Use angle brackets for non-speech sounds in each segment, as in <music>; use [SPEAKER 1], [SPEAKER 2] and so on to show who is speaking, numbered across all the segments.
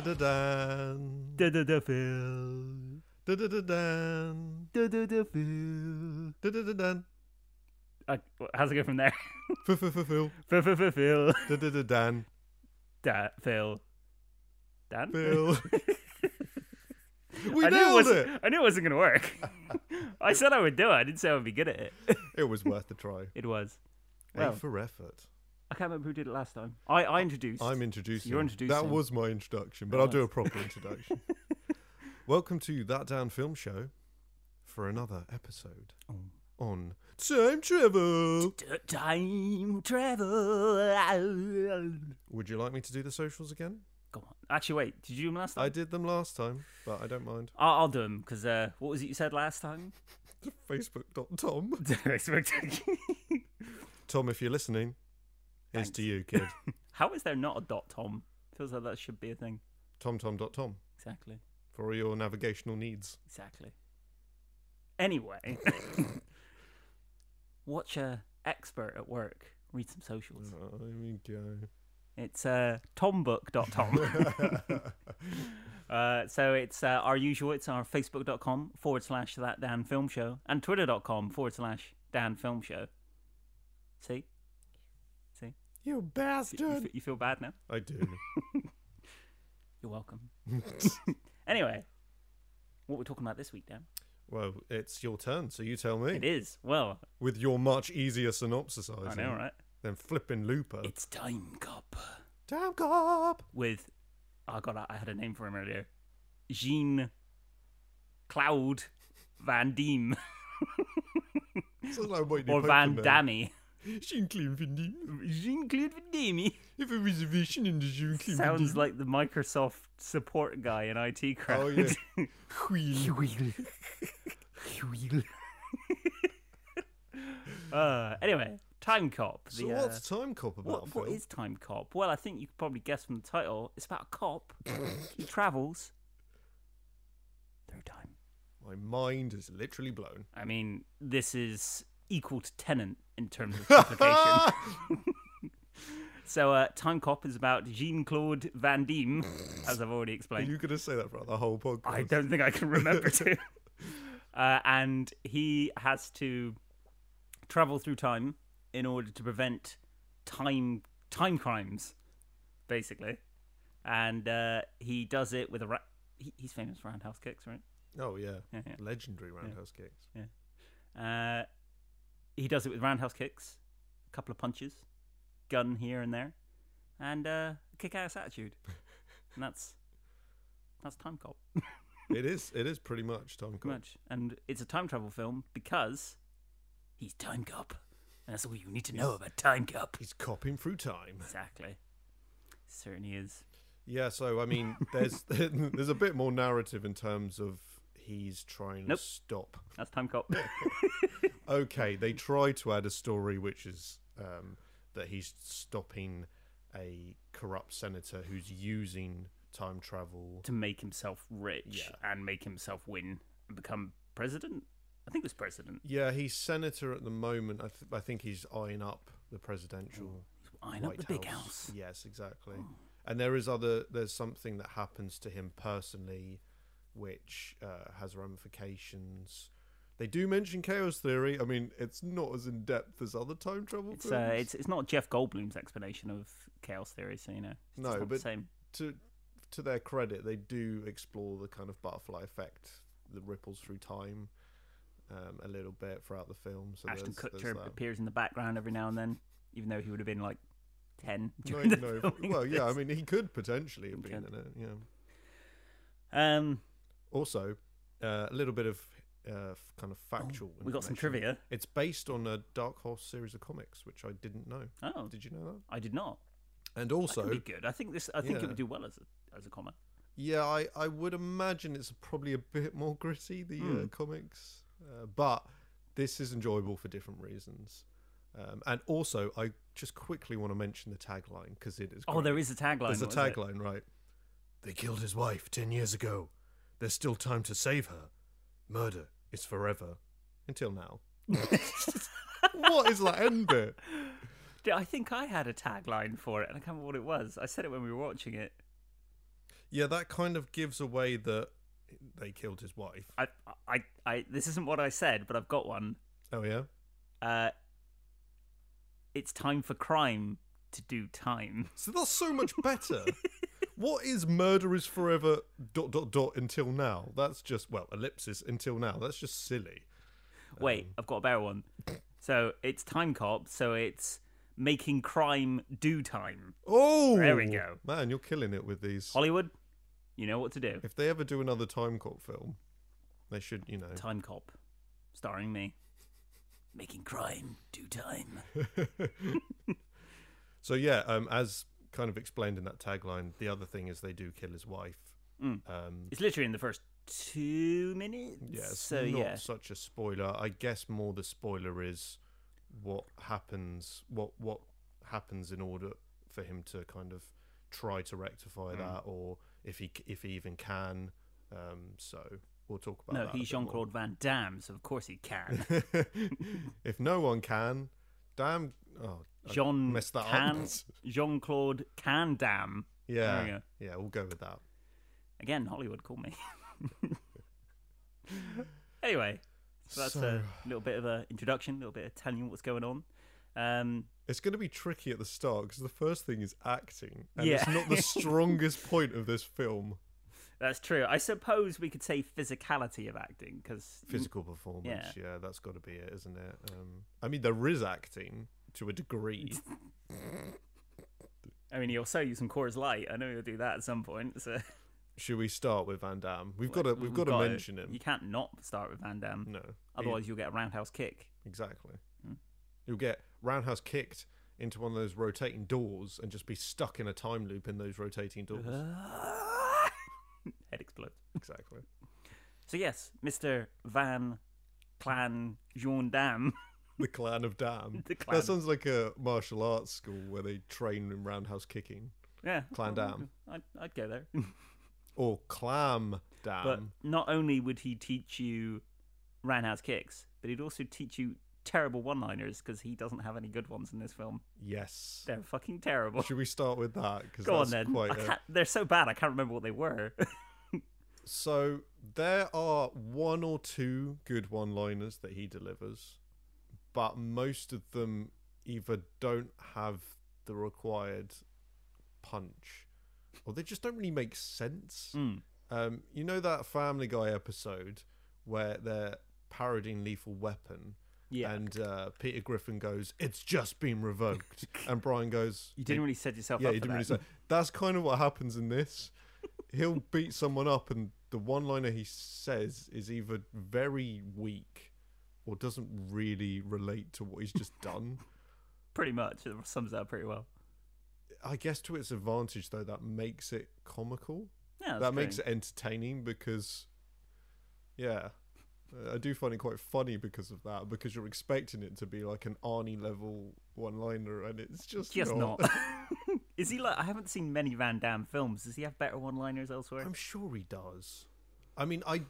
[SPEAKER 1] Da-da-da-dan.
[SPEAKER 2] Da da da Phil.
[SPEAKER 1] Da-da-da-dan.
[SPEAKER 2] Da da da Phil.
[SPEAKER 1] Da-da-da-dan.
[SPEAKER 2] Uh, how's it go from there? <laughs>
[SPEAKER 1] Fu-fu-fu-fu.
[SPEAKER 2] Phil, Phil, Phil, Phil.
[SPEAKER 1] Da-da-da-dan.
[SPEAKER 2] Da, Phil. Dan? <laughs>
[SPEAKER 1] Phil. We
[SPEAKER 2] I knew, it
[SPEAKER 1] nailed
[SPEAKER 2] wasn't,
[SPEAKER 1] it.
[SPEAKER 2] I knew it wasn't going to work. <laughs> I said I would do it. I didn't say I would be good at it. <laughs>
[SPEAKER 1] It was worth a try.
[SPEAKER 2] It was.
[SPEAKER 1] A
[SPEAKER 2] Well,
[SPEAKER 1] for effort.
[SPEAKER 2] I can't remember who did it last time. I, I introduced.
[SPEAKER 1] I'm introducing.
[SPEAKER 2] You're
[SPEAKER 1] That
[SPEAKER 2] introducing.
[SPEAKER 1] was my introduction, but
[SPEAKER 2] It
[SPEAKER 1] I'll do
[SPEAKER 2] was.
[SPEAKER 1] a proper
[SPEAKER 2] <laughs>
[SPEAKER 1] introduction. Welcome to That Down Film Show for another episode
[SPEAKER 2] Oh.
[SPEAKER 1] on Time Travel.
[SPEAKER 2] T- Time travel.
[SPEAKER 1] Would you like me to do the socials again?
[SPEAKER 2] Go on. Actually, wait. Did you do them last time?
[SPEAKER 1] I did them last time, but I don't
[SPEAKER 2] <laughs>
[SPEAKER 1] mind.
[SPEAKER 2] I'll, I'll do them because uh, what was it you said last time? <laughs>
[SPEAKER 1] Facebook.com.
[SPEAKER 2] <laughs> How
[SPEAKER 1] Tom, if you're listening, it's to you,
[SPEAKER 2] <laughs>
[SPEAKER 1] kid.
[SPEAKER 2] is there not a dot tom? Feels like that should be a thing.
[SPEAKER 1] TomTom.tom
[SPEAKER 2] Exactly.
[SPEAKER 1] for all your navigational needs.
[SPEAKER 2] Exactly. <laughs> Anyway, watch a expert at work read some socials.
[SPEAKER 1] Oh, There we go.
[SPEAKER 2] It's uh, tombook.tom. <laughs> uh, so it's uh, our usual. It's our facebook.com forward slash that Dan Film Show and twitter.com forward slash Dan Film Show. See? See?
[SPEAKER 1] You
[SPEAKER 2] You, f-
[SPEAKER 1] bastard.
[SPEAKER 2] you feel bad now?
[SPEAKER 1] I do.
[SPEAKER 2] You're welcome. <laughs> anyway, what we're talking about this week, Dan?
[SPEAKER 1] Well, it's your turn, so you tell me.
[SPEAKER 2] It is. Well,
[SPEAKER 1] With your much easier synopsis,
[SPEAKER 2] I know, right?
[SPEAKER 1] Then flipping Looper.
[SPEAKER 2] It's Time Cop
[SPEAKER 1] Damn cop.
[SPEAKER 2] with. Oh, God, I- I had a name for him earlier. Jean Cloud Van Diem
[SPEAKER 1] Sounds like what <laughs> you do,
[SPEAKER 2] or Van
[SPEAKER 1] Pokemon.
[SPEAKER 2] Damme. <laughs>
[SPEAKER 1] Jean-Claude Van Damme.
[SPEAKER 2] Jean Claude Van Damme.
[SPEAKER 1] If a reservation in the Jean-Claude Van
[SPEAKER 2] Sounds
[SPEAKER 1] Damme.
[SPEAKER 2] like the Microsoft support guy in IT crowd.
[SPEAKER 1] Oh,
[SPEAKER 2] <laughs>
[SPEAKER 1] yeah. Wheel.
[SPEAKER 2] <laughs> uh, anyway, Time Cop.
[SPEAKER 1] So
[SPEAKER 2] the, uh,
[SPEAKER 1] what's Time Cop about,
[SPEAKER 2] What, what
[SPEAKER 1] Phil?
[SPEAKER 2] is Time Cop? Well, I think you could probably guess from the title. It's about
[SPEAKER 1] <laughs>
[SPEAKER 2] a cop. he travels through time.
[SPEAKER 1] My mind is literally blown.
[SPEAKER 2] I mean, this is equal to Tenant in terms of complication. <laughs> so, uh, Time Cop is about Jean Claude Van Damme, as I've already
[SPEAKER 1] Are
[SPEAKER 2] explained.
[SPEAKER 1] you going to say that for the whole podcast?
[SPEAKER 2] I don't think I can remember to. <laughs> Uh, and he has to travel through time in order to prevent time time crimes, basically. And uh, he does it with a ra- he, he's famous for roundhouse kicks, right?
[SPEAKER 1] Oh, yeah.
[SPEAKER 2] <laughs> Yeah, yeah.
[SPEAKER 1] Legendary roundhouse kicks.
[SPEAKER 2] Uh, he does it with roundhouse kicks, a couple of punches, gun here and there, and uh, kick-ass attitude. and that's that's time cop.
[SPEAKER 1] It is. It is pretty much Time Cop.
[SPEAKER 2] much. And it's a time travel film because he's Time Cop. And that's all you need to know about Time Cop.
[SPEAKER 1] He's copping through time.
[SPEAKER 2] Exactly. Certainly is.
[SPEAKER 1] Yeah, so I mean, there's <laughs> there's a bit more narrative in terms of he's trying
[SPEAKER 2] Nope.
[SPEAKER 1] to stop.
[SPEAKER 2] That's
[SPEAKER 1] <laughs>
[SPEAKER 2] Time Cop.
[SPEAKER 1] Okay, they try to add a story which is um, that he's stopping a corrupt senator who's using time travel.
[SPEAKER 2] to make himself rich
[SPEAKER 1] Yeah.
[SPEAKER 2] and make himself win and become president. I think it was president.
[SPEAKER 1] Yeah, he's senator at the moment. I, th- I think he's eyeing up the presidential
[SPEAKER 2] I know
[SPEAKER 1] White
[SPEAKER 2] the big
[SPEAKER 1] House.
[SPEAKER 2] house. Oh.
[SPEAKER 1] Yes, exactly. And there is other there's something that happens to him personally, which uh, has ramifications. They do mention chaos theory. I mean, it's not as in depth as other time travel
[SPEAKER 2] It's,
[SPEAKER 1] films.
[SPEAKER 2] uh, it's it's not Jeff Goldblum's explanation of chaos theory, so you know. It's just
[SPEAKER 1] No,
[SPEAKER 2] not the
[SPEAKER 1] but-
[SPEAKER 2] same.
[SPEAKER 1] to to their credit, they do explore the kind of butterfly effect, the ripples through time, um, a little bit throughout the film. So
[SPEAKER 2] Ashton
[SPEAKER 1] there's- there's
[SPEAKER 2] Kutcher
[SPEAKER 1] that.
[SPEAKER 2] appears in the background every now and then, even though he would have been like ten. <laughs>
[SPEAKER 1] No,
[SPEAKER 2] During the
[SPEAKER 1] no.
[SPEAKER 2] filming
[SPEAKER 1] Well,
[SPEAKER 2] of
[SPEAKER 1] yeah. I
[SPEAKER 2] this.
[SPEAKER 1] mean, he could potentially have
[SPEAKER 2] He
[SPEAKER 1] been
[SPEAKER 2] could.
[SPEAKER 1] in it. Yeah.
[SPEAKER 2] <laughs> um,
[SPEAKER 1] Also, uh, a little bit of uh, f- kind of factual.
[SPEAKER 2] Oh, we got some
[SPEAKER 1] information.
[SPEAKER 2] trivia.
[SPEAKER 1] It's based on a Dark Horse series of comics, which I didn't know.
[SPEAKER 2] Oh,
[SPEAKER 1] Did you know that?
[SPEAKER 2] I did not.
[SPEAKER 1] And
[SPEAKER 2] So,
[SPEAKER 1] also,
[SPEAKER 2] that could be good. I think this. I think it
[SPEAKER 1] Yeah.
[SPEAKER 2] would do well as a, as a comic.
[SPEAKER 1] yeah, I, I would imagine it's probably a bit more gritty, the uh,
[SPEAKER 2] Mm.
[SPEAKER 1] comics. Uh, but this is enjoyable for different reasons. Um, and also, I just quickly want to mention the tagline because it is.
[SPEAKER 2] Oh, there
[SPEAKER 1] great.
[SPEAKER 2] is a tagline.
[SPEAKER 1] There's a
[SPEAKER 2] what is it?
[SPEAKER 1] tagline, right? They killed his wife 10 years ago. There's still time to save her. Murder is forever. Until
[SPEAKER 2] <laughs>
[SPEAKER 1] now. what is that end bit?
[SPEAKER 2] Yeah, I think I had a tagline for it, and I can't remember what it was. I said it when we were watching it.
[SPEAKER 1] Yeah, that kind of gives away that they killed his wife.
[SPEAKER 2] I, I, I. This isn't what I said, but I've got one.
[SPEAKER 1] Oh yeah.
[SPEAKER 2] Uh, it's time for crime to do time.
[SPEAKER 1] So that's so much
[SPEAKER 2] <laughs>
[SPEAKER 1] better. what is murder is forever dot dot dot until now? That's just well ellipsis until now. That's just silly.
[SPEAKER 2] Wait,
[SPEAKER 1] Um,
[SPEAKER 2] I've got a better one. So it's time cop. So it's making crime do time.
[SPEAKER 1] Oh,
[SPEAKER 2] There we go.
[SPEAKER 1] Man, you're killing it with these.
[SPEAKER 2] Hollywood, you know what to do.
[SPEAKER 1] If they ever do another Time Cop film, they should, you know.
[SPEAKER 2] Time cop, starring me, making crime do time.
[SPEAKER 1] So yeah, um, as kind of explained in that tagline, the other thing is they do kill his wife.
[SPEAKER 2] Mm.
[SPEAKER 1] Um,
[SPEAKER 2] It's literally in the first two minutes.
[SPEAKER 1] yeah, it's
[SPEAKER 2] so
[SPEAKER 1] not
[SPEAKER 2] yeah,
[SPEAKER 1] such a spoiler. I guess more the spoiler is what happens, what what happens in order for him to kind of try to rectify
[SPEAKER 2] Mm.
[SPEAKER 1] that, or if he c- if he even can. Um, so we'll talk about
[SPEAKER 2] no,
[SPEAKER 1] that. a
[SPEAKER 2] he's
[SPEAKER 1] bit
[SPEAKER 2] Jean
[SPEAKER 1] more.
[SPEAKER 2] Claude Van Damme, so of course he can.
[SPEAKER 1] if no one can, damn. Oh, <laughs> I
[SPEAKER 2] Jean
[SPEAKER 1] messed that <laughs>
[SPEAKER 2] can
[SPEAKER 1] up.
[SPEAKER 2] Jean Claude can Damme. There we
[SPEAKER 1] Yeah,
[SPEAKER 2] go.
[SPEAKER 1] yeah, we'll go with that.
[SPEAKER 2] Again, Hollywood, call me. <laughs> anyway, so that's
[SPEAKER 1] So-
[SPEAKER 2] a little bit of a introduction, a little bit of telling you what's going on. Um,
[SPEAKER 1] It's going to be tricky at the start because the first thing is acting, and it's
[SPEAKER 2] Yeah.
[SPEAKER 1] not
[SPEAKER 2] <laughs>
[SPEAKER 1] the strongest point of this film.
[SPEAKER 2] that's true. I suppose we could say physicality of acting because
[SPEAKER 1] Physical performance, yeah,
[SPEAKER 2] Yeah.
[SPEAKER 1] that's got to be it, isn't it? Um, I mean, there is acting to a
[SPEAKER 2] <laughs>
[SPEAKER 1] degree.
[SPEAKER 2] I mean, he'll sell you some Coors Light. I know he'll do that at some point. So
[SPEAKER 1] Should we start with Van Damme? We've got to, we've got to
[SPEAKER 2] <laughs> gotta-
[SPEAKER 1] mention him.
[SPEAKER 2] You can't not start with Van Damme.
[SPEAKER 1] No,
[SPEAKER 2] Otherwise, you'll get a roundhouse kick.
[SPEAKER 1] exactly.
[SPEAKER 2] Hmm.
[SPEAKER 1] You'll get roundhouse kicked into one of those rotating doors and just be stuck in a time loop in those rotating doors.
[SPEAKER 2] Uh-huh.
[SPEAKER 1] Ah.
[SPEAKER 2] <laughs> Head explodes.
[SPEAKER 1] <laughs> Exactly.
[SPEAKER 2] So yes, Mister Van Clan Jean Damme. <laughs>
[SPEAKER 1] The Clan of Dam.
[SPEAKER 2] The Clan.
[SPEAKER 1] That sounds like a martial arts school where they train in roundhouse kicking.
[SPEAKER 2] Yeah,
[SPEAKER 1] Clan Damme.
[SPEAKER 2] I'd, I'd go there.
[SPEAKER 1] Or Clam Dam.
[SPEAKER 2] but not only would he teach you roundhouse kicks, but he'd also teach you terrible one-liners because he doesn't have any good ones in this film.
[SPEAKER 1] yes.
[SPEAKER 2] They're fucking terrible.
[SPEAKER 1] Should we start with that? Because
[SPEAKER 2] Go
[SPEAKER 1] that's
[SPEAKER 2] on then.
[SPEAKER 1] quite
[SPEAKER 2] I
[SPEAKER 1] a-
[SPEAKER 2] can't, they're so bad. I can't remember what they were. <laughs>
[SPEAKER 1] So there are one or two good one liners that he delivers, but most of them either don't have the required punch or they just don't really make sense.
[SPEAKER 2] Hmm.
[SPEAKER 1] Um, you know that Family Guy episode where they're parodying Lethal Weapon?
[SPEAKER 2] Yeah.
[SPEAKER 1] And uh, Peter Griffin goes, It's just been
[SPEAKER 2] <laughs>
[SPEAKER 1] revoked. and Brian goes,
[SPEAKER 2] you didn't really set yourself
[SPEAKER 1] yeah,
[SPEAKER 2] up
[SPEAKER 1] he
[SPEAKER 2] for
[SPEAKER 1] didn't really
[SPEAKER 2] that.
[SPEAKER 1] say. That's kind of what happens in this. He'll <laughs> beat someone up, and the one liner he says is either very weak or doesn't really relate to what he's
[SPEAKER 2] <laughs>
[SPEAKER 1] just done.
[SPEAKER 2] pretty much. It sums it up pretty well.
[SPEAKER 1] I guess to its advantage, though, that makes it comical.
[SPEAKER 2] Yeah, that's
[SPEAKER 1] that
[SPEAKER 2] true.
[SPEAKER 1] makes it entertaining because, yeah, I do find it quite funny because of that. Because you're expecting it to be like an Arnie level one liner, and it's just
[SPEAKER 2] Just not. <laughs> Is he like? I haven't seen many Van Damme films. Does he have better one-liners elsewhere?
[SPEAKER 1] I'm sure he does. I mean, I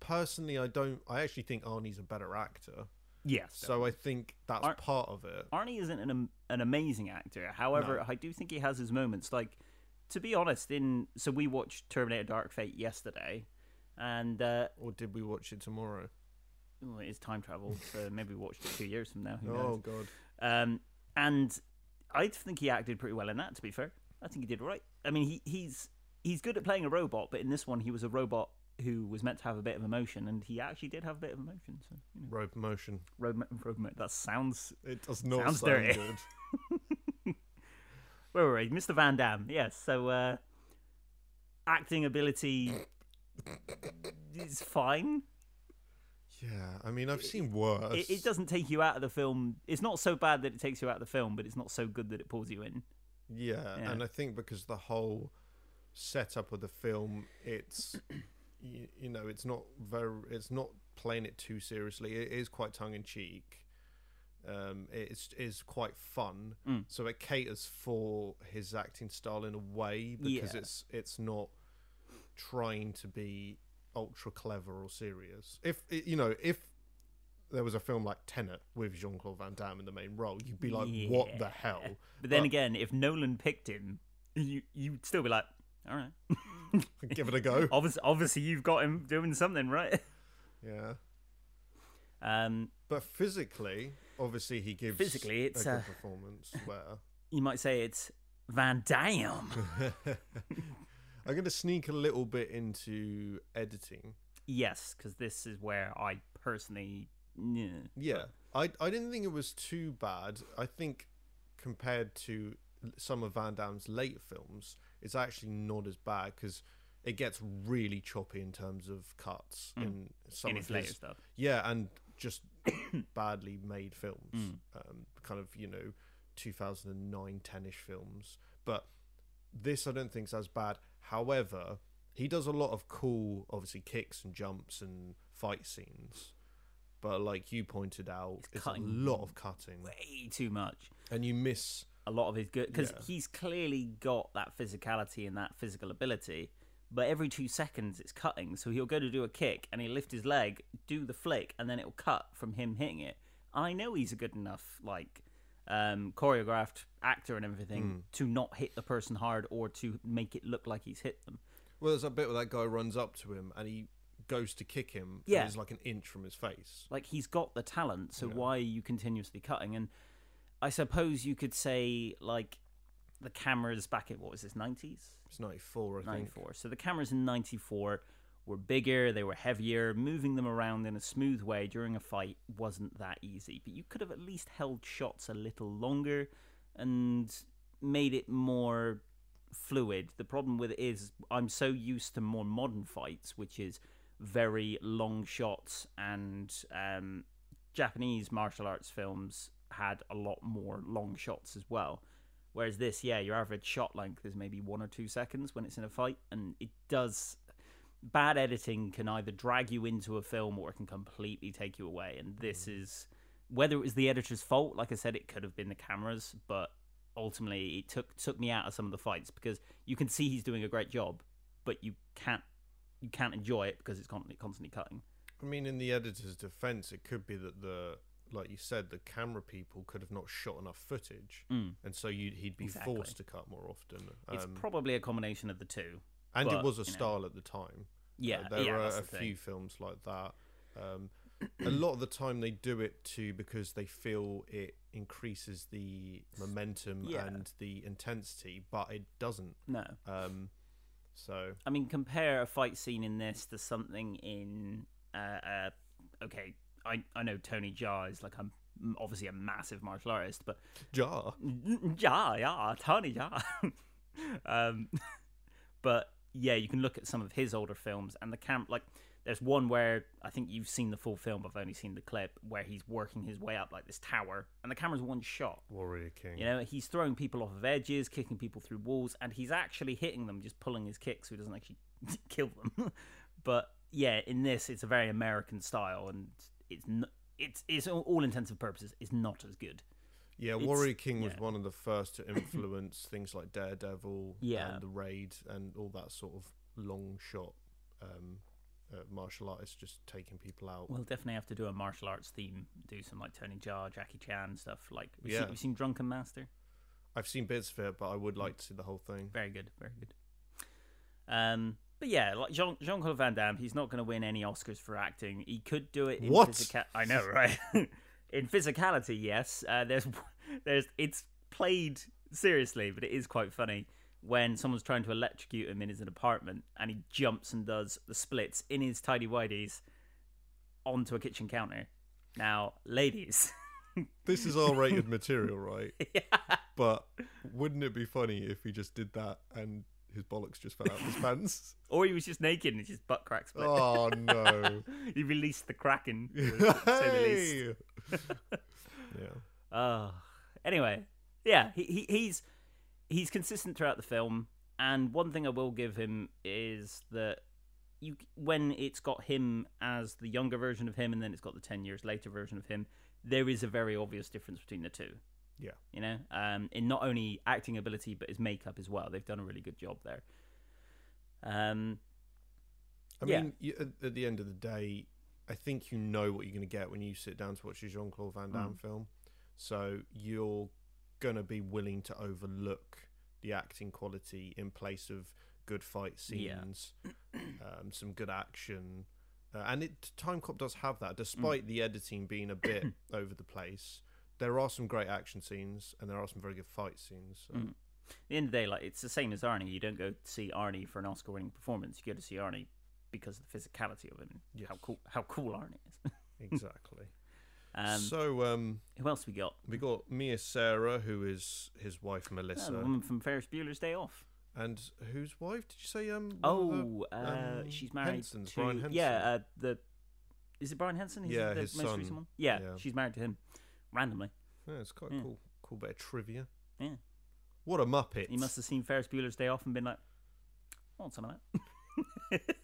[SPEAKER 1] personally, I don't. I actually think Arnie's a better actor,
[SPEAKER 2] yes.
[SPEAKER 1] so I think that's
[SPEAKER 2] Ar-
[SPEAKER 1] part of it.
[SPEAKER 2] Arnie isn't an am- an amazing actor. However, I do think he has his moments. Like, to be honest, in so we watched Terminator: Dark Fate yesterday, and uh,
[SPEAKER 1] Or did we watch it tomorrow?
[SPEAKER 2] well, it's time travel, so maybe we watched it two years from now. Who
[SPEAKER 1] Oh
[SPEAKER 2] knows?
[SPEAKER 1] God,
[SPEAKER 2] Um, and I think he acted pretty well in that. To be fair, I think he did all right. I mean, he, he's he's good at playing a robot, but in this one, he was a robot who was meant to have a bit of emotion, and he actually did have a bit of emotion. So, you know,
[SPEAKER 1] road motion.
[SPEAKER 2] road, robot. That sounds
[SPEAKER 1] It does not
[SPEAKER 2] Sounds
[SPEAKER 1] sound
[SPEAKER 2] dirty.
[SPEAKER 1] good. <laughs>
[SPEAKER 2] Wait, wait, wait, Mr. Van Damme. Yes, so uh, acting ability is fine.
[SPEAKER 1] Yeah, I mean, I've seen worse.
[SPEAKER 2] It, it doesn't take you out of the film. It's not so bad that it takes you out of the film, but it's not so good that it pulls you in.
[SPEAKER 1] Yeah,
[SPEAKER 2] Yeah.
[SPEAKER 1] and I think because the whole setup of the film, it's you, you know, it's not very, it's not playing it too seriously. It is quite tongue in cheek. Um, it's is quite fun,
[SPEAKER 2] Mm.
[SPEAKER 1] so it caters for his acting style in a way because
[SPEAKER 2] Yeah.
[SPEAKER 1] it's it's not trying to be ultra clever or serious. If i- you know, if there was a film like Tenet with Jean Claude Van Damme in the main role, you'd be like, "What the hell?"
[SPEAKER 2] But then again, if Nolan picked him, you you'd still be like, all right, <laughs>
[SPEAKER 1] Give it a go.
[SPEAKER 2] Obviously, obviously, you've got him doing something right.
[SPEAKER 1] Yeah.
[SPEAKER 2] Um,
[SPEAKER 1] But physically, obviously, he gives
[SPEAKER 2] Physically, it's,
[SPEAKER 1] a good
[SPEAKER 2] uh,
[SPEAKER 1] performance. <laughs> Where
[SPEAKER 2] you might say it's Van Damme.
[SPEAKER 1] I'm going to sneak a little bit into editing.
[SPEAKER 2] yes, because this is where I personally. Yeah.
[SPEAKER 1] Yeah, I I didn't think it was too bad. I think compared to some of Van Damme's late films, it's actually not as bad because it gets really choppy in terms of cuts in some
[SPEAKER 2] Hmm. in
[SPEAKER 1] of
[SPEAKER 2] his later
[SPEAKER 1] his
[SPEAKER 2] stuff.
[SPEAKER 1] yeah, and just <coughs> badly made films,
[SPEAKER 2] Mm.
[SPEAKER 1] um, kind of you know 2009 10ish films. But this I don't think is as bad. However, he does a lot of cool, obviously kicks and jumps and fight scenes. But like you pointed out, it's a
[SPEAKER 2] cutting
[SPEAKER 1] lot of cutting,
[SPEAKER 2] Way too much.
[SPEAKER 1] and you miss
[SPEAKER 2] A lot of his good because
[SPEAKER 1] Yeah.
[SPEAKER 2] he's clearly got that physicality and that physical ability. But every two seconds, it's cutting. So he'll go to do a kick and he'll lift his leg, do the flick, and then it'll cut from him hitting it. I know he's a good enough, like, um, choreographed actor and everything to not hit the person hard or to make it look like he's hit them.
[SPEAKER 1] Well, there's a bit where that guy runs up to him and he goes to kick him.
[SPEAKER 2] Yeah.
[SPEAKER 1] and he's like an inch from his face.
[SPEAKER 2] Like he's got the talent, so why are you continuously cutting? And I suppose you could say like the cameras back at what was this nineties,
[SPEAKER 1] It's 94, I
[SPEAKER 2] ninety
[SPEAKER 1] think.
[SPEAKER 2] four. So the cameras in ninety four were bigger, they were heavier. Moving them around in a smooth way during a fight wasn't that easy, but you could have at least held shots a little longer and made it more fluid. The problem with it is I'm so used to more modern fights, which is very long shots, and um, Japanese martial arts films had a lot more long shots as well. Whereas this, yeah, your average shot length is maybe one or two seconds when it's in a fight, and it does. Bad editing can either drag you into a film or it can completely take you away. And this is whether it was the editor's fault. Like I said, it could have been the cameras, but ultimately it took took me out of some of the fights because you can see he's doing a great job, but you can't you can't enjoy it because it's constantly constantly cutting.
[SPEAKER 1] I mean, in the editor's defense, it could be that the, like you said, the camera people could have not shot enough footage, and so you he'd be
[SPEAKER 2] Exactly.
[SPEAKER 1] forced to cut more often.
[SPEAKER 2] Hmm. It's
[SPEAKER 1] Um,
[SPEAKER 2] probably a combination of the two.
[SPEAKER 1] and
[SPEAKER 2] but,
[SPEAKER 1] it was a
[SPEAKER 2] you know.
[SPEAKER 1] style at the time.
[SPEAKER 2] Yeah,
[SPEAKER 1] there
[SPEAKER 2] yeah,
[SPEAKER 1] are
[SPEAKER 2] that's
[SPEAKER 1] a
[SPEAKER 2] the
[SPEAKER 1] few films like that. Um, a lot of the time, they do it too because they feel it increases the momentum
[SPEAKER 2] Yeah.
[SPEAKER 1] and the intensity, but it doesn't.
[SPEAKER 2] No,
[SPEAKER 1] Um, so
[SPEAKER 2] I mean compare a fight scene in this to something in uh, uh okay. I, I know Tony Jaa is like a obviously a massive martial artist, but <laughs>
[SPEAKER 1] Jar.
[SPEAKER 2] yeah, yeah, Tony, yeah. <laughs> um, <laughs> but yeah, you can look at some of his older films and the camp. Like, there's one where I think you've seen the full film. I've only seen the clip where he's working his way up like this tower, and the camera's one shot.
[SPEAKER 1] Warrior King.
[SPEAKER 2] You know, he's throwing people off of edges, kicking people through walls, and he's actually hitting them, just pulling his kicks, so he doesn't actually <laughs> kill them. <laughs> but yeah, in this, it's a very American style, and it's n it's it's all intents and purposes, it's not as good.
[SPEAKER 1] Yeah, Warrior King was one of the first to influence <coughs> things like Daredevil
[SPEAKER 2] Yeah.
[SPEAKER 1] and The Raid and all that sort of long shot um, uh, martial artists just taking people out.
[SPEAKER 2] We'll definitely have to do a martial arts theme. Do some like Tony Jaa, Jackie Chan stuff. Like we've,
[SPEAKER 1] Yeah.
[SPEAKER 2] seen, we've seen Drunken Master.
[SPEAKER 1] I've seen bits of it, but I would like to see the whole
[SPEAKER 2] <laughs>
[SPEAKER 1] thing.
[SPEAKER 2] Very good, very good. Um, but yeah, like Jean Jean Claude Van Damme, he's not going to win any Oscars for acting. He could do it. In
[SPEAKER 1] What?
[SPEAKER 2] Physica- I know, right? <laughs> in physicality, yes. Uh, there's <laughs> there's it's played seriously, but it is quite funny when someone's trying to electrocute him in his apartment and he jumps and does the splits in his tidy whities onto a kitchen counter. Now, ladies. <laughs>
[SPEAKER 1] This is R rated material, right? But wouldn't it be funny if he just did that and his bollocks just fell out of his
[SPEAKER 2] <laughs>
[SPEAKER 1] pants?
[SPEAKER 2] Or he was just naked and it's just butt cracks. But
[SPEAKER 1] Oh no.
[SPEAKER 2] <laughs> he released
[SPEAKER 1] <laughs>
[SPEAKER 2] the kraken. least.
[SPEAKER 1] hey! <laughs> yeah.
[SPEAKER 2] Oh. Anyway, yeah, he, he he's he's consistent throughout the film. And one thing I will give him is that you when it's got him as the younger version of him, and then it's got the ten years later version of him. There is a very obvious difference between the two.
[SPEAKER 1] Yeah.
[SPEAKER 2] You know, um, in not only acting ability but his makeup as well. They've done a really good job there. Um,
[SPEAKER 1] I
[SPEAKER 2] Yeah.
[SPEAKER 1] mean, you, at, at the end of the day, I think you know what you're going to get when you sit down to watch a Jean Claude Van Damme
[SPEAKER 2] Mm.
[SPEAKER 1] film. So you're going to be willing to overlook the acting quality in place of good fight
[SPEAKER 2] Yeah.
[SPEAKER 1] scenes, <clears throat> um, some good action, uh, and it Time Cop does have
[SPEAKER 2] Mm.
[SPEAKER 1] that. Despite the editing
[SPEAKER 2] <clears throat>
[SPEAKER 1] being a bit over the place, there are some great action scenes and there are some very good fight scenes. So.
[SPEAKER 2] Mm. At the end of the day, like it's the same as Arnie. You don't go see Arnie for an Oscar-winning performance. You go to see Arnie because of the physicality of him. and
[SPEAKER 1] Yes.
[SPEAKER 2] How cool! How cool Arnie is.
[SPEAKER 1] Exactly. <laughs>
[SPEAKER 2] Um,
[SPEAKER 1] so um,
[SPEAKER 2] who else we got?
[SPEAKER 1] we got Mia Sarah, who is his wife
[SPEAKER 2] Oh,
[SPEAKER 1] Melissa,
[SPEAKER 2] the woman from Ferris Bueller's Day Off.
[SPEAKER 1] and whose wife did you say? Um, one of the-
[SPEAKER 2] Oh, uh,
[SPEAKER 1] um,
[SPEAKER 2] she's married
[SPEAKER 1] Henson's,
[SPEAKER 2] to
[SPEAKER 1] Brian
[SPEAKER 2] yeah.
[SPEAKER 1] Henson.
[SPEAKER 2] Uh, the is it Brian Henson? He's
[SPEAKER 1] Yeah,
[SPEAKER 2] the
[SPEAKER 1] his
[SPEAKER 2] most
[SPEAKER 1] son.
[SPEAKER 2] recent one. Yeah,
[SPEAKER 1] Yeah.
[SPEAKER 2] she's married to him randomly.
[SPEAKER 1] yeah, it's quite
[SPEAKER 2] yeah.
[SPEAKER 1] cool. Cool bit of trivia.
[SPEAKER 2] Hmm. Yeah.
[SPEAKER 1] What a muppet!
[SPEAKER 2] He must have seen Ferris Bueller's Day Off and been like, "Oh, "I want some of that."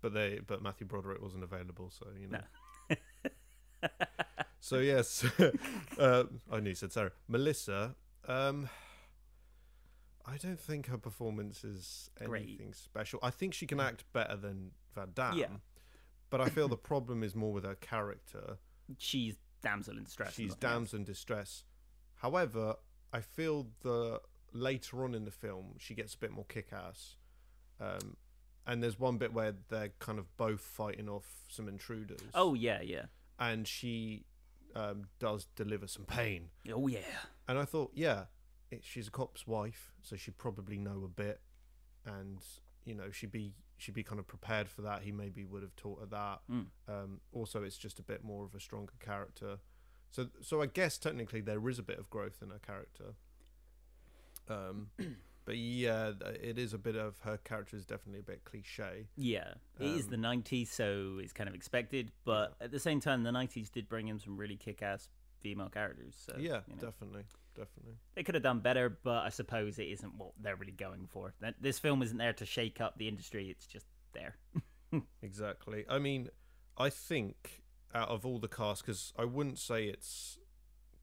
[SPEAKER 1] but they but Matthew Broderick wasn't available, so you know.
[SPEAKER 2] No.
[SPEAKER 1] <laughs> so yes, <laughs> uh, I knew you said Sarah. Melissa, um, I don't think her performance is
[SPEAKER 2] Great. Hmm.
[SPEAKER 1] anything special. I think she can act better than Van Damme.
[SPEAKER 2] Yeah.
[SPEAKER 1] But I feel the problem is more with her character.
[SPEAKER 2] <laughs> she's damsel in distress.
[SPEAKER 1] She's
[SPEAKER 2] nothing else.
[SPEAKER 1] damsel in distress. However, I feel the later on in the film she gets a bit more kick ass. Um, and there's one bit where they're kind of both fighting off some intruders.
[SPEAKER 2] Oh yeah, yeah.
[SPEAKER 1] and she um, does deliver some pain.
[SPEAKER 2] Oh yeah.
[SPEAKER 1] And I thought, yeah, it, she's a cop's wife, so she probably know a bit, and you know she'd be she'd be kind of prepared for that. He maybe would have taught her that.
[SPEAKER 2] Mm.
[SPEAKER 1] Um, also, it's just a bit more of a stronger character. So, so I guess technically there is a bit of growth in her character.
[SPEAKER 2] <clears throat>
[SPEAKER 1] Um, but yeah, th- it is a bit of her character is definitely a bit cliche.
[SPEAKER 2] Yeah, it is
[SPEAKER 1] Um,
[SPEAKER 2] the 90s, so it's kind of expected. But at the same time, the 90s did bring in some really kick ass female characters. So,
[SPEAKER 1] yeah,
[SPEAKER 2] you know,
[SPEAKER 1] definitely, definitely.
[SPEAKER 2] they could have done better, but I suppose it isn't what they're really going for. That This film isn't there to shake up the industry, it's just there.
[SPEAKER 1] Exactly. I mean, I think out of all the cast, because I wouldn't say it's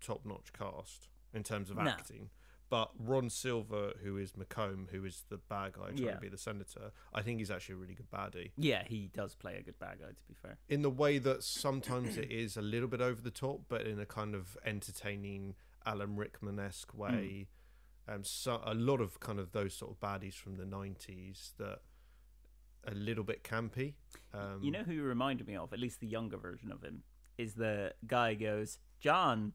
[SPEAKER 1] top notch cast in terms of
[SPEAKER 2] No.
[SPEAKER 1] acting, but Ron Silver, who is Macomb, who is the bad guy trying
[SPEAKER 2] Yeah.
[SPEAKER 1] to be the senator, I think he's actually a really good baddie.
[SPEAKER 2] Yeah, he does play a good bad guy, to be fair.
[SPEAKER 1] In the way that sometimes it is a little bit over the top, but in a kind of entertaining Alan Rickman esque
[SPEAKER 2] Hmm.
[SPEAKER 1] way. Um, so a lot of kind of those sort of baddies from the '90s that a little bit campy. Um,
[SPEAKER 2] you know who he reminded me of, at least the younger version of him, is the guy who goes, John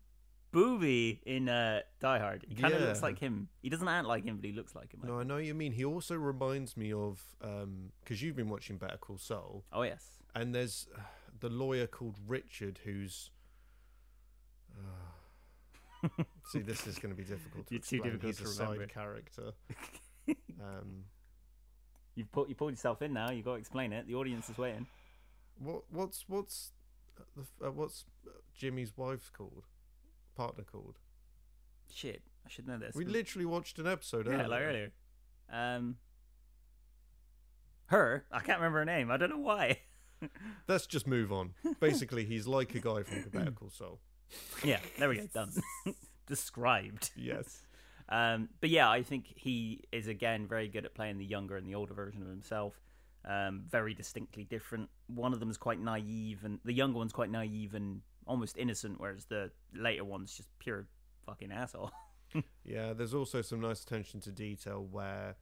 [SPEAKER 2] Booby in uh, Die Hard. He kind of looks
[SPEAKER 1] Yeah.
[SPEAKER 2] like him. He doesn't act like him, but he looks like him. I
[SPEAKER 1] No, I know what you mean. He also reminds me of because you've been watching Better Call Saul,
[SPEAKER 2] Oh, yes.
[SPEAKER 1] and there's uh, the lawyer called Richard who's. Uh, see, this is going to be difficult. To
[SPEAKER 2] <laughs> You're too
[SPEAKER 1] explain.
[SPEAKER 2] difficult
[SPEAKER 1] He's
[SPEAKER 2] to
[SPEAKER 1] a
[SPEAKER 2] remember.
[SPEAKER 1] side
[SPEAKER 2] <laughs>
[SPEAKER 1] character. um,
[SPEAKER 2] You've put you pulled yourself in now. You've got to explain it. The audience is waiting.
[SPEAKER 1] what what's what's uh, the, f- uh, what's uh, Jimmy's wife's called partner called?
[SPEAKER 2] Shit, I should know this.
[SPEAKER 1] We literally watched an episode
[SPEAKER 2] yeah,
[SPEAKER 1] earlier.
[SPEAKER 2] like earlier. Um, her. I can't remember her name. I don't know why.
[SPEAKER 1] Let's just move on. Basically, he's like a guy from
[SPEAKER 2] <laughs>
[SPEAKER 1] Better Call Saul.
[SPEAKER 2] <laughs> yeah, there we go. Done. <laughs> Described.
[SPEAKER 1] Yes.
[SPEAKER 2] Um, but yeah, I think he is again very good at playing the younger and the older version of himself. Um, very distinctly different. One of them is quite naive, and the younger one's quite naive and almost innocent, whereas the later one's just pure fucking asshole.
[SPEAKER 1] Yeah, there's also some nice attention to detail where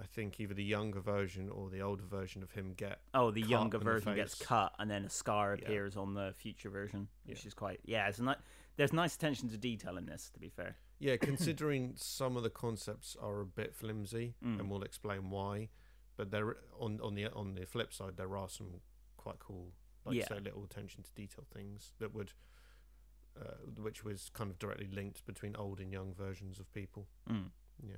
[SPEAKER 1] I think either the younger version or the older version of him get.
[SPEAKER 2] Oh, the
[SPEAKER 1] cut
[SPEAKER 2] younger
[SPEAKER 1] on the
[SPEAKER 2] version gets
[SPEAKER 1] face.
[SPEAKER 2] cut, and then a scar
[SPEAKER 1] Yeah.
[SPEAKER 2] appears on the future version, which
[SPEAKER 1] Yeah.
[SPEAKER 2] is quite yeah. It's not, there's nice attention to detail in this, to be fair. <coughs>
[SPEAKER 1] Yeah, considering some of the concepts are a bit flimsy,
[SPEAKER 2] Mm.
[SPEAKER 1] and we'll explain why. But there, on on the on the flip side, there are some quite cool, like you
[SPEAKER 2] Yeah.
[SPEAKER 1] say, little attention to detail things that would, uh, which was kind of directly linked between old and young versions of people.
[SPEAKER 2] Mm.
[SPEAKER 1] Yeah,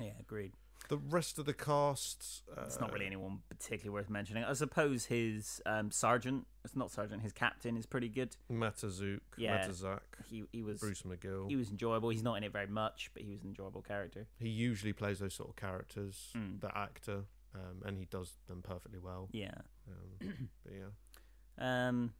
[SPEAKER 2] Yeah, agreed.
[SPEAKER 1] the rest of the cast. Uh,
[SPEAKER 2] It's not really anyone particularly worth mentioning. I suppose his um, sergeant, it's not sergeant, his captain is pretty good.
[SPEAKER 1] uh, Matazuk,
[SPEAKER 2] Yeah.
[SPEAKER 1] Matazak,
[SPEAKER 2] He he was
[SPEAKER 1] Bruce McGill.
[SPEAKER 2] he was enjoyable. He's not in it very much, but he was an enjoyable character.
[SPEAKER 1] he usually plays those sort of characters,
[SPEAKER 2] Mm.
[SPEAKER 1] the actor, um, and he does them perfectly well.
[SPEAKER 2] Yeah. <clears throat>
[SPEAKER 1] Um, but yeah,
[SPEAKER 2] Um,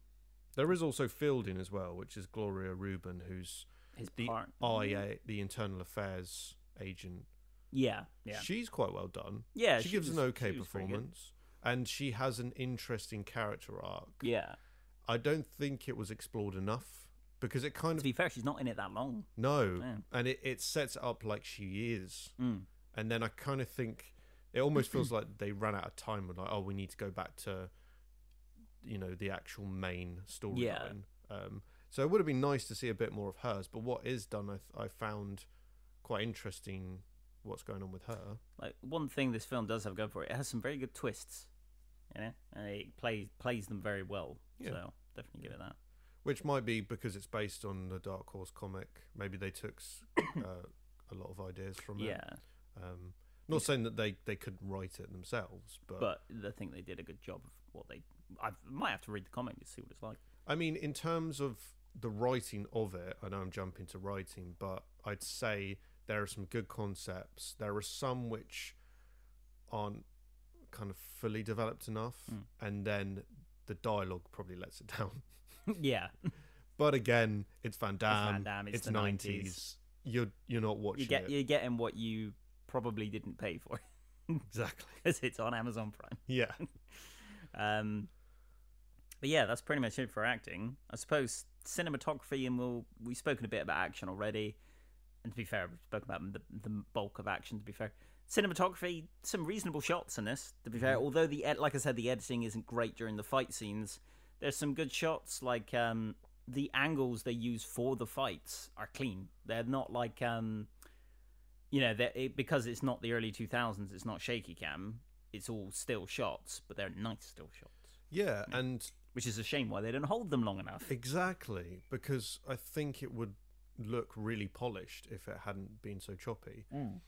[SPEAKER 1] there is also Fielding as well, which is Gloria Rubin, who's
[SPEAKER 2] his
[SPEAKER 1] the
[SPEAKER 2] part.
[SPEAKER 1] IA, the internal affairs agent.
[SPEAKER 2] Yeah, yeah,
[SPEAKER 1] She's quite well done.
[SPEAKER 2] yeah.
[SPEAKER 1] she, gives an
[SPEAKER 2] was-
[SPEAKER 1] okay
[SPEAKER 2] she was pretty good.
[SPEAKER 1] performance, and she has an interesting character arc.
[SPEAKER 2] Yeah.
[SPEAKER 1] I don't think it was explored enough because it kind
[SPEAKER 2] To
[SPEAKER 1] of
[SPEAKER 2] be fair, she's not in it that long.
[SPEAKER 1] no,
[SPEAKER 2] Yeah.
[SPEAKER 1] and it, it sets it up like she is
[SPEAKER 2] Mm.
[SPEAKER 1] and then I kind of think It almost
[SPEAKER 2] <clears throat>
[SPEAKER 1] feels like they ran out of time. With like, oh, we need to go back to, you know, the actual main storyline.
[SPEAKER 2] Yeah.
[SPEAKER 1] Um, so it would have been nice to see a bit more of hers. But what is done, I, th- I found quite interesting. What's going on with her?
[SPEAKER 2] Like one thing this film does have going for it, it has some very good twists, you know, and it plays plays them very well.
[SPEAKER 1] Yeah.
[SPEAKER 2] So definitely give it that.
[SPEAKER 1] Which might be because it's based on the Dark Horse comic. Maybe they took s- <coughs> uh, a lot of ideas from it.
[SPEAKER 2] Yeah,
[SPEAKER 1] Um, not saying that they, they couldn't write it themselves, but,
[SPEAKER 2] but I think they did a good job of what they. I might have to read the comic to see what it's like. <laughs>
[SPEAKER 1] I mean, in terms of the writing of it, I know I'm jumping to writing, but I'd say there are some good concepts. There are some which aren't kind of fully developed enough,
[SPEAKER 2] Hmm.
[SPEAKER 1] and then the dialogue probably lets it <laughs> down.
[SPEAKER 2] yeah,
[SPEAKER 1] But again, it's Van Damme.
[SPEAKER 2] Damme, it's
[SPEAKER 1] it's
[SPEAKER 2] the 90s.
[SPEAKER 1] 90s. You're you're not watching
[SPEAKER 2] you get
[SPEAKER 1] it
[SPEAKER 2] you're getting what you probably didn't pay for <laughs>
[SPEAKER 1] exactly. <laughs>
[SPEAKER 2] because it's on Amazon Prime.
[SPEAKER 1] Yeah.
[SPEAKER 2] Um, but yeah, that's pretty much it for acting. I suppose cinematography, and we'll we've spoken a bit about action already. And to be fair, we've spoken about the, the bulk of action. To be fair, cinematography, some reasonable shots in this. To be fair, although the ed- like I said, the editing isn't great during the fight scenes. There's some good shots, like um, the angles they use for the fights are clean. They're not like um, you know, that it, because it's not the early 2000s, it's not shaky cam. It's all still shots, but they're nice still shots, <laughs>
[SPEAKER 1] Yeah, and
[SPEAKER 2] which is a shame why they don't hold them long enough.
[SPEAKER 1] Exactly, because I think it would look really polished if it hadn't been so choppy.
[SPEAKER 2] Mm.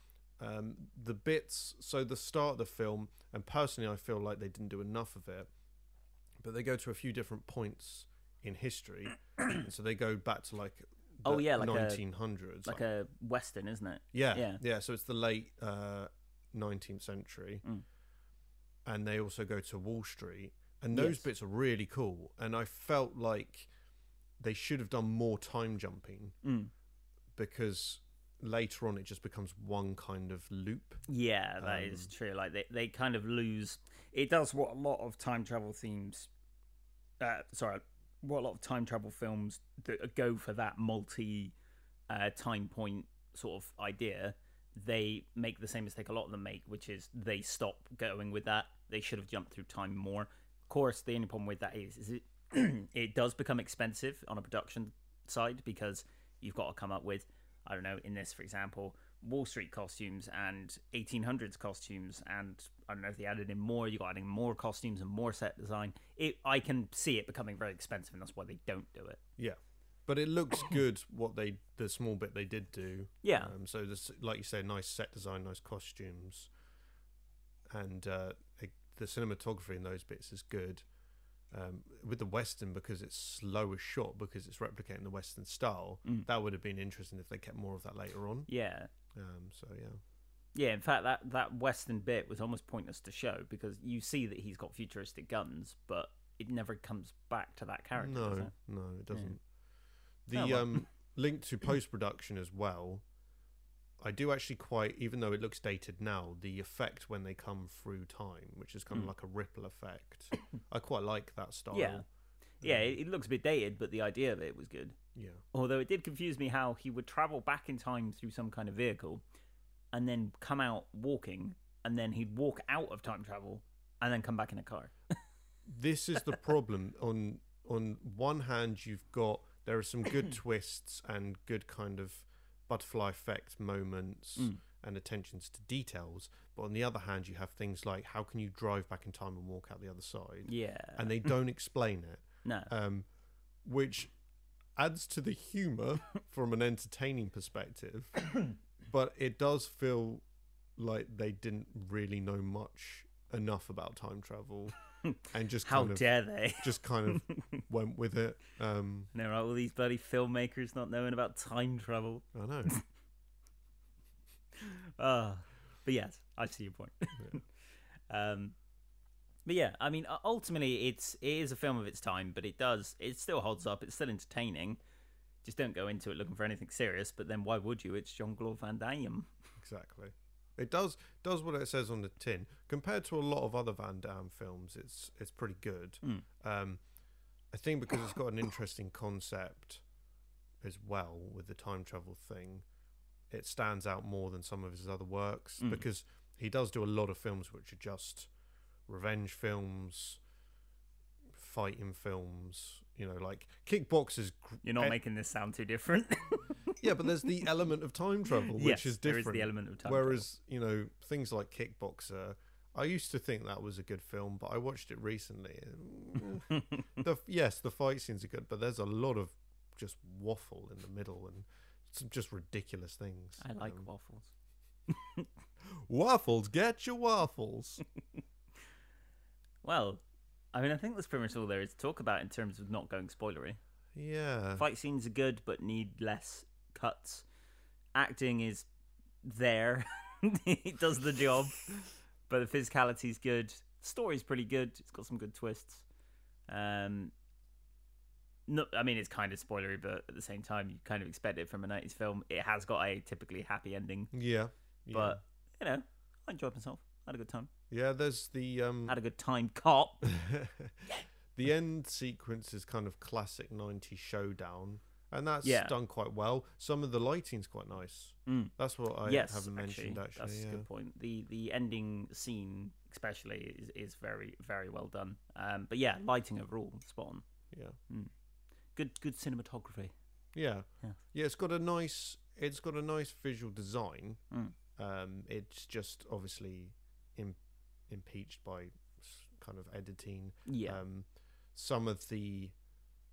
[SPEAKER 1] Um, the bits, so the start of the film, and personally, I feel like they didn't do enough of it, but they go to a few different points in history. <coughs> and so they go back to like the
[SPEAKER 2] Oh, yeah, like a-
[SPEAKER 1] 1900s.
[SPEAKER 2] Like a western, isn't it?
[SPEAKER 1] yeah,
[SPEAKER 2] yeah.
[SPEAKER 1] yeah. so it's the late uh, 19th century.
[SPEAKER 2] Mm.
[SPEAKER 1] And they also go to Wall Street. And those
[SPEAKER 2] Yes.
[SPEAKER 1] bits are really cool. And I felt like they should have done more time jumping
[SPEAKER 2] Mm.
[SPEAKER 1] because later on it just becomes one kind of loop.
[SPEAKER 2] Yeah, that is true. Like they, they kind of lose. It does what a lot of time travel themes. Uh, sorry, what a lot of time travel films that go for that multi uh, time point sort of idea. They make the same mistake a lot of them make, which is they stop going with that. They should have jumped through time more. Of course, the only problem with that is, is it <clears throat> it does become expensive on a production side because you've got to come up with I don't know in this for example Wall Street costumes and 1800s costumes and I don't know if they added in more you got adding more costumes and more set design it I can see it becoming very expensive and that's why they don't do it
[SPEAKER 1] Yeah. But it looks <coughs> good what they the small bit they did do.
[SPEAKER 2] Yeah.
[SPEAKER 1] Um, so this like you say nice set design, nice costumes. And uh, it, the cinematography in those bits is good. Um, with the western because it's slower shot because it's replicating the western style. That would have been interesting if they kept more of that later on.
[SPEAKER 2] yeah
[SPEAKER 1] Um, so yeah.
[SPEAKER 2] Yeah, in fact, that, that western bit was almost pointless to show because you see that he's got futuristic guns, but it never comes back to that character. does
[SPEAKER 1] No,
[SPEAKER 2] it?
[SPEAKER 1] no, it doesn't.
[SPEAKER 2] Oh,
[SPEAKER 1] The
[SPEAKER 2] well.
[SPEAKER 1] um, link to post production as well. I do actually quite, even though it looks dated now, the effect when they come through time, which is kind of like a ripple effect. I quite like that style.
[SPEAKER 2] Mm. Yeah, yeah, it, it looks a bit dated, but the idea of it was good.
[SPEAKER 1] Yeah.
[SPEAKER 2] Although it did confuse me how he would travel back in time through some kind of vehicle, and then come out walking, and then he'd walk out of time travel, and then come back in a car.
[SPEAKER 1] This is the
[SPEAKER 2] <laughs>
[SPEAKER 1] problem. on on one hand, you've got there are some
[SPEAKER 2] <clears throat>
[SPEAKER 1] good twists and good kind of butterfly effect moments
[SPEAKER 2] Mm.
[SPEAKER 1] and attentions to details, but on the other hand, you have things like how can you drive back in time and walk out the other side?
[SPEAKER 2] yeah,
[SPEAKER 1] and they don't explain it,
[SPEAKER 2] no,
[SPEAKER 1] um, which adds to the
[SPEAKER 2] <laughs>
[SPEAKER 1] humor from an entertaining perspective. <coughs> but it does feel like they didn't really know much enough about time
[SPEAKER 2] <laughs>
[SPEAKER 1] travel, and just
[SPEAKER 2] how
[SPEAKER 1] kind of
[SPEAKER 2] dare they? <laughs>
[SPEAKER 1] just kind of went with it. Um,
[SPEAKER 2] And there are all these bloody filmmakers not knowing about time travel.
[SPEAKER 1] I know.
[SPEAKER 2] Uh, but yes, I see your point. <laughs> um, but yeah, I mean, u- ultimately, it's it is a film of its time, but it does it still holds up. It's still entertaining. Just don't go into it looking for anything serious. But then, why would you? It's Jean Claude Van Damme.
[SPEAKER 1] Exactly. It does does what it says on the tin. Compared to a lot of other Van Damme films, it's it's pretty good.
[SPEAKER 2] Hmm.
[SPEAKER 1] Um, I think because it's got an interesting concept as well
[SPEAKER 2] Hmm.
[SPEAKER 1] with the time travel thing, it stands out more than some of his other works because He does do a lot of films which are just revenge films, fighting films. You know, like Kickbox is gr-
[SPEAKER 2] You're not
[SPEAKER 1] eh,
[SPEAKER 2] making this sound too different.
[SPEAKER 1] yeah, but there's the element of time travel, which
[SPEAKER 2] yes,
[SPEAKER 1] is
[SPEAKER 2] there
[SPEAKER 1] different.
[SPEAKER 2] is the element of time. travel.
[SPEAKER 1] Whereas, you know, things like Kickboxer, I used to think that was a good film, but I watched it
[SPEAKER 2] <laughs>
[SPEAKER 1] recently. and, mm, the, yes, the fight scenes are good, but there's a lot of just waffle in the middle and some just ridiculous things.
[SPEAKER 2] I like
[SPEAKER 1] Um,
[SPEAKER 2] waffles.
[SPEAKER 1] waffles. Get your
[SPEAKER 2] <laughs>
[SPEAKER 1] waffles.
[SPEAKER 2] Well, I mean, I think that's pretty much all there is to talk about in terms of not going spoilery.
[SPEAKER 1] yeah.
[SPEAKER 2] Fight scenes are good, but need less cuts. Acting is there; <laughs> it does the job, but the physicality's good. Story's pretty good. It's got some good twists. Um, no, I mean it's kind of spoilery, but at the same time, you kind of expect it from a '90s film. It has got a typically happy ending,
[SPEAKER 1] Yeah. Yeah.
[SPEAKER 2] but you know, I enjoyed myself. I had a good time.
[SPEAKER 1] yeah, there's the um
[SPEAKER 2] had a good time, cop.
[SPEAKER 1] <laughs> the end sequence is kind of classic 90s showdown and that's
[SPEAKER 2] Yeah.
[SPEAKER 1] done quite well some of the lighting's quite nice
[SPEAKER 2] Mm.
[SPEAKER 1] that's what i
[SPEAKER 2] yes,
[SPEAKER 1] haven't mentioned actually,
[SPEAKER 2] that's
[SPEAKER 1] yeah.
[SPEAKER 2] a good point. The the ending scene, especially, is, is very very well done. Um, but yeah, lighting overall, spot on.
[SPEAKER 1] yeah
[SPEAKER 2] Good good cinematography.
[SPEAKER 1] yeah
[SPEAKER 2] Yeah.
[SPEAKER 1] yeah it's got a nice it's got a nice visual design
[SPEAKER 2] Mm.
[SPEAKER 1] um it's just obviously Im- impeached by s- kind of editing
[SPEAKER 2] Yeah,
[SPEAKER 1] Um, some of the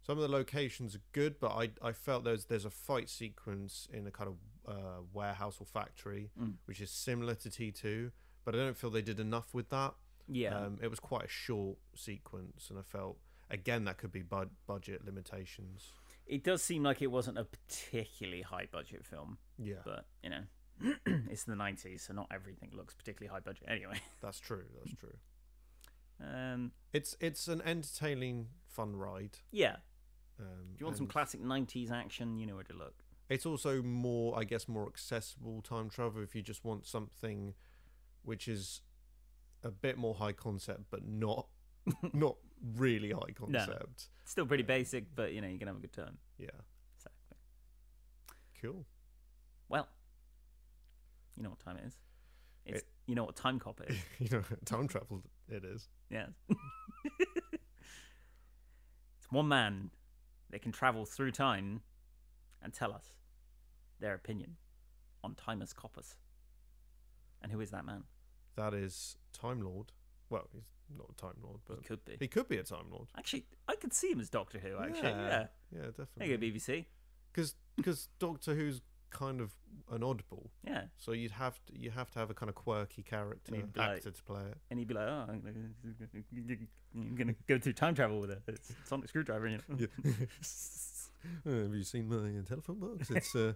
[SPEAKER 1] some of the locations are good, but I I felt there's there's a fight sequence in a kind of uh, warehouse or factory,
[SPEAKER 2] Mm.
[SPEAKER 1] which is similar to T2, but I don't feel they did enough with that.
[SPEAKER 2] yeah,
[SPEAKER 1] Um, it was quite a short sequence, and I felt again that could be bud- budget limitations.
[SPEAKER 2] it does seem like it wasn't a particularly high budget film,
[SPEAKER 1] Yeah,
[SPEAKER 2] but you know, <clears throat> it's the '90s, so not everything looks particularly high budget. <laughs> Anyway,
[SPEAKER 1] that's true. That's true.
[SPEAKER 2] um,
[SPEAKER 1] It's it's an entertaining, fun ride.
[SPEAKER 2] yeah.
[SPEAKER 1] Um,
[SPEAKER 2] If you want some
[SPEAKER 1] and
[SPEAKER 2] classic '90s action, you know where to look.
[SPEAKER 1] it's also more i guess more accessible time travel if you just want something which is a bit more high concept but not
[SPEAKER 2] <laughs>
[SPEAKER 1] not really high concept
[SPEAKER 2] It's still pretty basic, but you know, you can have a good time.
[SPEAKER 1] yeah
[SPEAKER 2] Exactly.
[SPEAKER 1] cool <laughs>
[SPEAKER 2] Well, you know what time it is. It's
[SPEAKER 1] It-
[SPEAKER 2] you know what time cop it is.
[SPEAKER 1] you know time travel it is
[SPEAKER 2] Yes. it's one man that can travel through time and tell us their opinion on Timus Coppers. And who is that man?
[SPEAKER 1] that is time lord well he's not a time lord but
[SPEAKER 2] He could be.
[SPEAKER 1] he could be a time lord
[SPEAKER 2] Actually, I could see him as Doctor Who. Actually, yeah.
[SPEAKER 1] yeah
[SPEAKER 2] There you
[SPEAKER 1] definitely
[SPEAKER 2] go, BBC.
[SPEAKER 1] because because doctor who's kind of an oddball
[SPEAKER 2] Yeah,
[SPEAKER 1] so you'd have to you have to have a kind of quirky character
[SPEAKER 2] he'd be Mm, like-
[SPEAKER 1] actor to play it
[SPEAKER 2] and he'd be like, "Oh, I'm gonna, I'm gonna go through time travel with a sonic screwdriver." You know?
[SPEAKER 1] Yeah. <laughs> Uh, have you seen my uh, telephone
[SPEAKER 2] <laughs>
[SPEAKER 1] box? It's uh,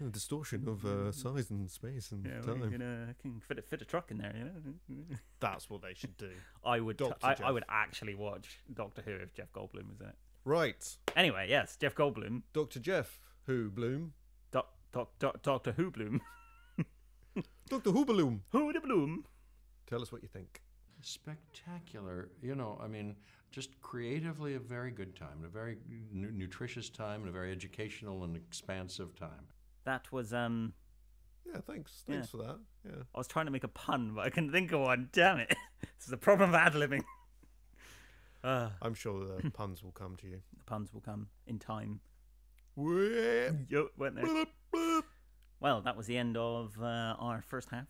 [SPEAKER 1] a distortion of uh, size and space and
[SPEAKER 2] Mm. Yeah,
[SPEAKER 1] time.
[SPEAKER 2] we're gonna I can fit a, fit a truck in there. You know,
[SPEAKER 1] That's what they should do.
[SPEAKER 2] I would
[SPEAKER 1] Dr.
[SPEAKER 2] I, I
[SPEAKER 1] Jeff.
[SPEAKER 2] would actually watch Doctor Who if Jeff Goldblum was in it.
[SPEAKER 1] Right,
[SPEAKER 2] Anyway, yes, Jeff Goldblum,
[SPEAKER 1] Doctor Jeff, who Bloom,
[SPEAKER 2] doc, doc, doc, Doctor Who Bloom, <laughs>
[SPEAKER 1] Doctor Who Bloom.
[SPEAKER 2] Who the Bloom.
[SPEAKER 1] Tell us what you think.
[SPEAKER 3] spectacular. You know, I mean, just creatively a very good time, a very nu- nutritious time, and a very educational and expansive time.
[SPEAKER 2] That was um.
[SPEAKER 1] Yeah, thanks, thanks for that. Yeah,
[SPEAKER 2] I was trying to make a pun, but I couldn't think of one. Damn it! <laughs> this is the problem of ad libbing. <laughs> Uh,
[SPEAKER 1] I'm sure
[SPEAKER 2] <laughs>
[SPEAKER 1] the puns will come to you.
[SPEAKER 2] the puns will come in time.
[SPEAKER 1] Whoop,
[SPEAKER 2] Yo, weren't they?
[SPEAKER 1] bloop, bloop.
[SPEAKER 2] <laughs> Well, that was the end of uh, our first half.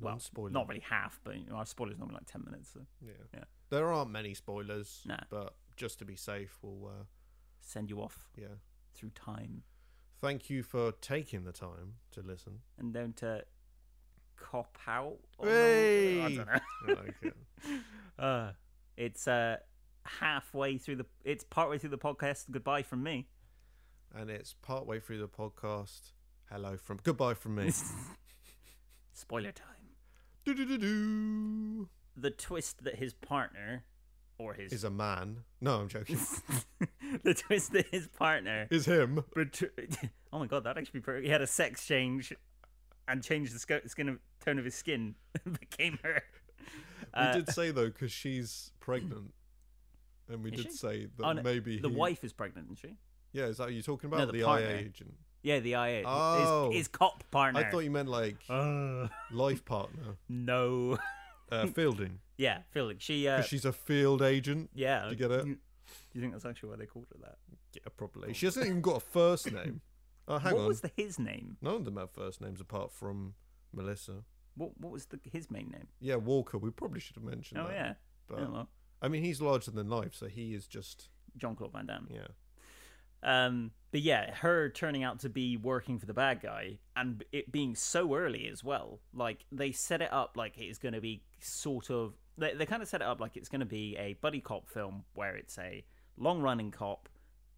[SPEAKER 2] Well,
[SPEAKER 1] Non-spoiler.
[SPEAKER 2] not really half, but you know, our spoilers normally like ten minutes. So
[SPEAKER 1] Yeah.
[SPEAKER 2] Yeah.
[SPEAKER 1] There aren't many spoilers,
[SPEAKER 2] Nah.
[SPEAKER 1] but just to be safe, we'll. Uh,
[SPEAKER 2] send you off
[SPEAKER 1] yeah.
[SPEAKER 2] through time.
[SPEAKER 1] Thank you for taking the time to listen.
[SPEAKER 2] and don't uh, cop out. or
[SPEAKER 1] Hey!
[SPEAKER 2] Oh, no- I don't <laughs>
[SPEAKER 1] Yeah, okay.
[SPEAKER 2] know. Uh, it's uh, halfway through the. It's partway through the podcast. Goodbye
[SPEAKER 1] <laughs>
[SPEAKER 2] from me.
[SPEAKER 1] and it's partway through the podcast. Hello from goodbye from
[SPEAKER 2] <laughs>
[SPEAKER 1] me.
[SPEAKER 2] Spoiler time.
[SPEAKER 1] do do do do.
[SPEAKER 2] The twist that his partner, or his,
[SPEAKER 1] Is a man? No, I'm
[SPEAKER 2] <laughs>
[SPEAKER 1] joking.
[SPEAKER 2] the twist that his partner.
[SPEAKER 1] Is him?
[SPEAKER 2] betr- <laughs> oh my god, that actually be pretty. He had a sex change, and changed the sco- skin of, tone of his skin. <laughs> and became her. Uh,
[SPEAKER 1] we did say though because she's pregnant, and we
[SPEAKER 2] Is
[SPEAKER 1] did
[SPEAKER 2] she?
[SPEAKER 1] say that
[SPEAKER 2] Oh, no,
[SPEAKER 1] maybe
[SPEAKER 2] the
[SPEAKER 1] he-
[SPEAKER 2] wife is pregnant, isn't she?
[SPEAKER 1] Yeah, is that what you're talking
[SPEAKER 2] No,
[SPEAKER 1] about?
[SPEAKER 2] the
[SPEAKER 1] the
[SPEAKER 2] partner.
[SPEAKER 1] IA agent.
[SPEAKER 2] Yeah, the IA.
[SPEAKER 1] Oh.
[SPEAKER 2] His, his cop partner.
[SPEAKER 1] I thought you meant like
[SPEAKER 2] Uh,
[SPEAKER 1] life
[SPEAKER 2] <laughs>
[SPEAKER 1] partner,
[SPEAKER 2] no.
[SPEAKER 1] uh, fielding,
[SPEAKER 2] yeah, Fielding. She. Uh,
[SPEAKER 1] because she's a field agent.
[SPEAKER 2] yeah.
[SPEAKER 1] Do you get it?
[SPEAKER 2] Do you think that's actually why they called her that?
[SPEAKER 1] Yeah, probably. She hasn't even got a first
[SPEAKER 2] <laughs>
[SPEAKER 1] name. Oh, hang
[SPEAKER 2] what
[SPEAKER 1] on.
[SPEAKER 2] was the, his name?
[SPEAKER 1] None of them have first names apart from Melissa.
[SPEAKER 2] What What was the, his main name?
[SPEAKER 1] Yeah, Walker. We probably should have mentioned.
[SPEAKER 2] oh
[SPEAKER 1] that,
[SPEAKER 2] yeah.
[SPEAKER 1] but
[SPEAKER 2] Yeah, well,
[SPEAKER 1] I mean, he's larger than life, so he is just
[SPEAKER 2] John Claude Van Damme.
[SPEAKER 1] yeah.
[SPEAKER 2] Um, but yeah, her turning out to be working for the bad guy and it being so early as well. Like they set it up like it is going to be sort of they they kind of set it up like it's going to be a buddy cop film where it's a long running cop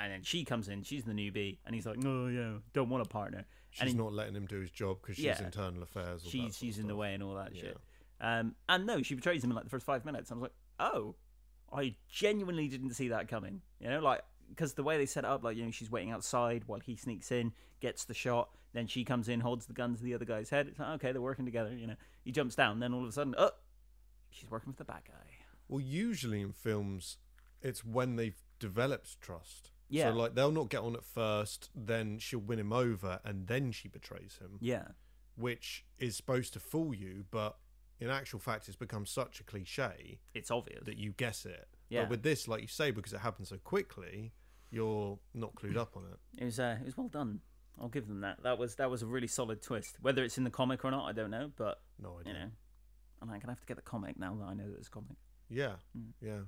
[SPEAKER 2] and then she comes in, she's the newbie and he's like, "No, yeah, don't want a partner."
[SPEAKER 1] She's
[SPEAKER 2] and
[SPEAKER 1] not letting him do his job because she's
[SPEAKER 2] Yeah.
[SPEAKER 1] internal affairs. Or
[SPEAKER 2] she's she's in the way and all that
[SPEAKER 1] Yeah.
[SPEAKER 2] shit. Um, and no, she betrays him in like the first five minutes. I was like, oh, I genuinely didn't see that coming. You know, like because the way they set it up, like you know, she's waiting outside while he sneaks in, gets the shot, then she comes in, holds the gun to the other guy's head. It's like, okay, they're working together. You know, he jumps down, then all of a sudden, oh, she's working with the bad guy.
[SPEAKER 1] Well, usually in films, it's when they've developed trust.
[SPEAKER 2] Yeah.
[SPEAKER 1] So like they'll not get on at first, then she'll win him over, and then she betrays him,
[SPEAKER 2] Yeah,
[SPEAKER 1] which is supposed to fool you, but in actual fact, it's become such a cliche
[SPEAKER 2] it's obvious.
[SPEAKER 1] that you guess it.
[SPEAKER 2] Yeah.
[SPEAKER 1] But with this, like you say, because it happened so quickly, you're not clued up on it.
[SPEAKER 2] It was uh, it was well done. I'll give them that. That was that was a really solid twist. Whether it's in the comic or not, I don't know, but
[SPEAKER 1] No idea.
[SPEAKER 2] you know, and I'm gonna have to get the comic now that I know that it's a comic.
[SPEAKER 1] Yeah.
[SPEAKER 2] Hmm.
[SPEAKER 1] Yeah.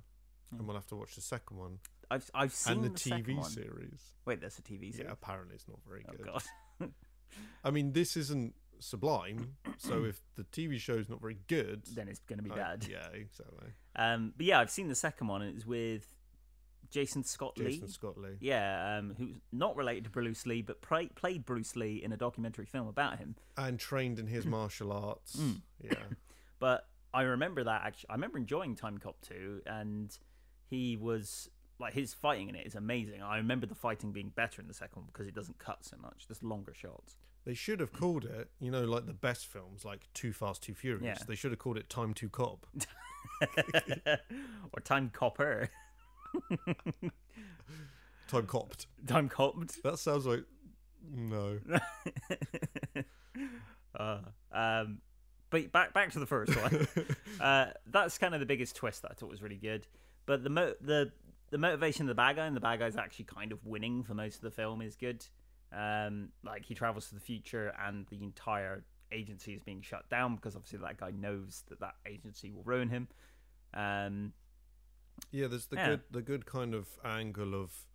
[SPEAKER 1] And we'll have to watch the second one
[SPEAKER 2] I've I've seen
[SPEAKER 1] and the,
[SPEAKER 2] second
[SPEAKER 1] TV
[SPEAKER 2] one.
[SPEAKER 1] series.
[SPEAKER 2] Wait, that's a TV series. <laughs>
[SPEAKER 1] Yeah, apparently it's not very
[SPEAKER 2] oh
[SPEAKER 1] good.
[SPEAKER 2] god. <laughs>
[SPEAKER 1] I mean, this isn't Sublime,
[SPEAKER 2] <coughs>
[SPEAKER 1] so if the TV show's not very good,
[SPEAKER 2] then it's gonna be
[SPEAKER 1] I-
[SPEAKER 2] bad.
[SPEAKER 1] Oh, yeah, exactly.
[SPEAKER 2] <laughs> Um, but yeah, I've seen the second one, and it's with Jason Scott
[SPEAKER 1] Jason
[SPEAKER 2] Lee.
[SPEAKER 1] Scott Lee.
[SPEAKER 2] Yeah, um, who's not related to Bruce Lee, but pra- played Bruce Lee in a documentary film about him.
[SPEAKER 1] And trained in
[SPEAKER 2] <coughs>
[SPEAKER 1] his martial arts.
[SPEAKER 2] Mm.
[SPEAKER 1] Yeah.
[SPEAKER 2] But I remember that actually. I remember enjoying Time Cop 2, and he was like his fighting in it is amazing. I remember the fighting being better in the second one because it doesn't cut so much. There's longer shots. <laughs>
[SPEAKER 1] They should have called it, you know, like the best films, like Too Fast, Too Furious.
[SPEAKER 2] Yeah.
[SPEAKER 1] They should have called it Time to Cop.
[SPEAKER 2] or Time Copper. <laughs>
[SPEAKER 1] Time Copped.
[SPEAKER 2] Time Copped.
[SPEAKER 1] That sounds like. No.
[SPEAKER 2] uh, <laughs> um, but back back to the first one. uh, that's kind of the biggest twist that I thought was really good. But the mo- the the motivation of the bad guy and the bad guy's actually kind of winning for most of the film is good. Um, like he travels to the future and the entire agency is being shut down because obviously that guy knows that that agency will ruin him. Um,
[SPEAKER 1] Yeah, there's the
[SPEAKER 2] Yeah.
[SPEAKER 1] good the good kind of angle of.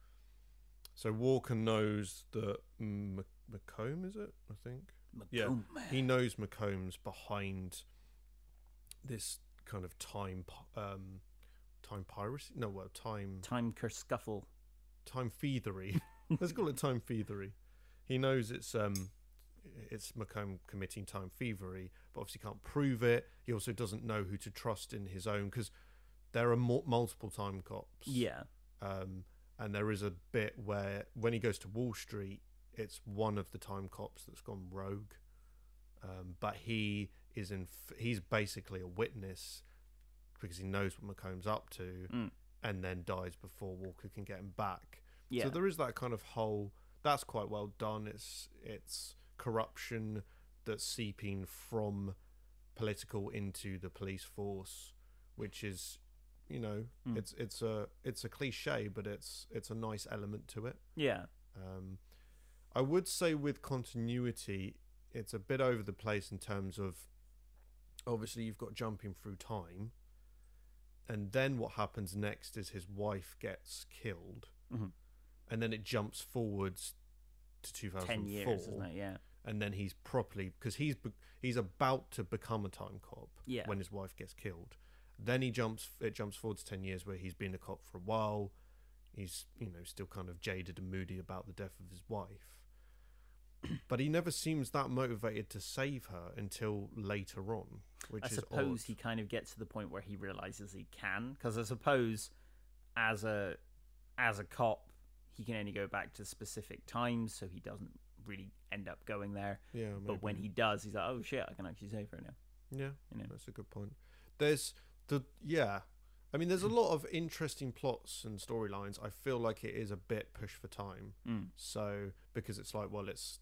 [SPEAKER 1] So Walker knows that M- Macomb is it? I think. Yeah,
[SPEAKER 2] Macomb.
[SPEAKER 1] he knows Macomb's behind this kind of time, pi- um, time piracy. No, well, time
[SPEAKER 2] time kerscuffle.
[SPEAKER 1] time
[SPEAKER 2] <laughs>
[SPEAKER 1] feathery. Let's call it time feathery. He knows it's um, it's Macomb committing time thievery, but obviously can't prove it. He also doesn't know who to trust in his own because there are mul multiple time cops.
[SPEAKER 2] Yeah,
[SPEAKER 1] Um, and there is a bit where when he goes to Wall Street, it's one of the time cops that's gone rogue. Um, but he is in, he's basically a witness because he knows what Macomb's up to
[SPEAKER 2] Mm.
[SPEAKER 1] and then dies before Walker can get him back.
[SPEAKER 2] yeah.
[SPEAKER 1] So there is that kind of whole, that's quite well done. It's, it's corruption that's seeping from political into the police force, which is, you know,
[SPEAKER 2] Mm.
[SPEAKER 1] it's it's a it's a cliche, but it's it's a nice element to it.
[SPEAKER 2] yeah.
[SPEAKER 1] Um, I would say with continuity, it's a bit over the place in terms of obviously you've got jumping through time, and then what happens next is his wife gets killed,
[SPEAKER 2] Mhm.
[SPEAKER 1] and then it jumps forwards to 2004
[SPEAKER 2] Ten years, isn't it? Yeah.
[SPEAKER 1] and then he's properly because he's be- he's about to become a time cop
[SPEAKER 2] Yeah.
[SPEAKER 1] when his wife gets killed. Then he jumps it jumps forward to ten years where he's been a cop for a while. He's you know still kind of jaded and moody about the death of his wife, but he never seems that motivated to save her until later on, which
[SPEAKER 2] I
[SPEAKER 1] is
[SPEAKER 2] suppose
[SPEAKER 1] odd.
[SPEAKER 2] he kind of gets to the point where he realizes he can, because I suppose as a as a cop, he can only go back to specific times, so he doesn't really end up going there.
[SPEAKER 1] yeah,
[SPEAKER 2] But when he does, he's like, "Oh shit, I can actually save her now."
[SPEAKER 1] Yeah,
[SPEAKER 2] you know.
[SPEAKER 1] that's a good point. There's the yeah, I mean, there's
[SPEAKER 2] Hmm.
[SPEAKER 1] a lot of interesting plots and storylines. I feel like it is a bit push for time.
[SPEAKER 2] Mm.
[SPEAKER 1] So because it's like, well, it's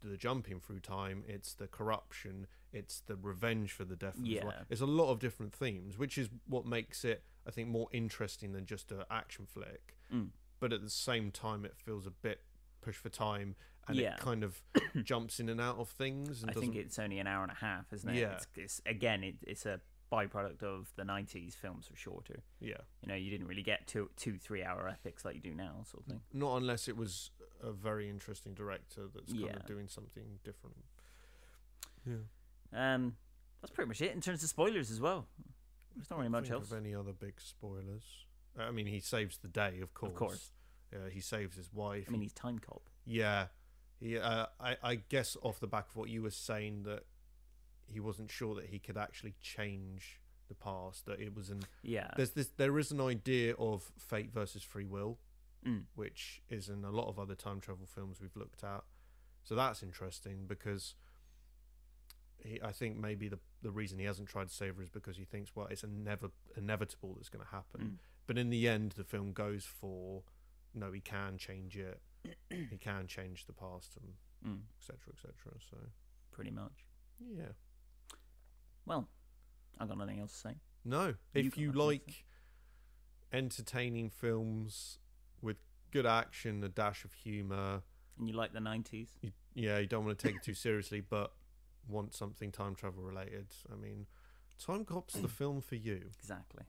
[SPEAKER 1] the jumping through time, it's the corruption, it's the revenge for the death. of his wife.
[SPEAKER 2] Yeah.
[SPEAKER 1] It's a lot of different themes, which is what makes it, I think, more interesting than just an action flick.
[SPEAKER 2] Mm.
[SPEAKER 1] But at the same time, it feels a bit push for time, and
[SPEAKER 2] Yeah.
[SPEAKER 1] it kind
[SPEAKER 2] <coughs>
[SPEAKER 1] of jumps in and out of things. And
[SPEAKER 2] I
[SPEAKER 1] doesn't,
[SPEAKER 2] think it's only an hour and a half, isn't it?
[SPEAKER 1] Yeah.
[SPEAKER 2] It's, it's again, it, it's a byproduct of the '90s films were shorter.
[SPEAKER 1] yeah,
[SPEAKER 2] You know, you didn't really get two, two, three-hour epics like you do now, sort of thing.
[SPEAKER 1] not unless it was a very interesting director that's kind
[SPEAKER 2] Yeah.
[SPEAKER 1] of doing something different.
[SPEAKER 2] Um, that's pretty much it in terms of spoilers as well. There's not really much
[SPEAKER 1] Think
[SPEAKER 2] else.
[SPEAKER 1] Of any other big spoilers? Uh, I mean, he saves the day, of course.
[SPEAKER 2] course.
[SPEAKER 1] Yeah, he saves his wife.
[SPEAKER 2] I mean, he's time cop.
[SPEAKER 1] yeah, he. Uh, I, I guess off the back of what you were saying that he wasn't sure that he could actually change the past. That it was an
[SPEAKER 2] Yeah,
[SPEAKER 1] there's this there is an idea of fate versus free will,
[SPEAKER 2] Mm.
[SPEAKER 1] which is in a lot of other time travel films we've looked at. So that's interesting because he, I think maybe the the reason he hasn't tried to save her is because he thinks well it's inev- inevitable that's going to happen.
[SPEAKER 2] Mm.
[SPEAKER 1] But in the end, the film goes for no, he can change it. he can change the past and
[SPEAKER 2] mm,
[SPEAKER 1] etc. etc. So
[SPEAKER 2] pretty much.
[SPEAKER 1] yeah.
[SPEAKER 2] Well, I've got nothing else to say.
[SPEAKER 1] No.
[SPEAKER 2] You
[SPEAKER 1] If
[SPEAKER 2] got
[SPEAKER 1] you
[SPEAKER 2] nothing to say.
[SPEAKER 1] like entertaining films with good action, a dash of humour,
[SPEAKER 2] And you like the '90s?
[SPEAKER 1] you, yeah, you don't want to take it
[SPEAKER 2] <coughs>
[SPEAKER 1] too seriously, but want something time travel related. I mean, Time Cop's the film for you.
[SPEAKER 2] Exactly.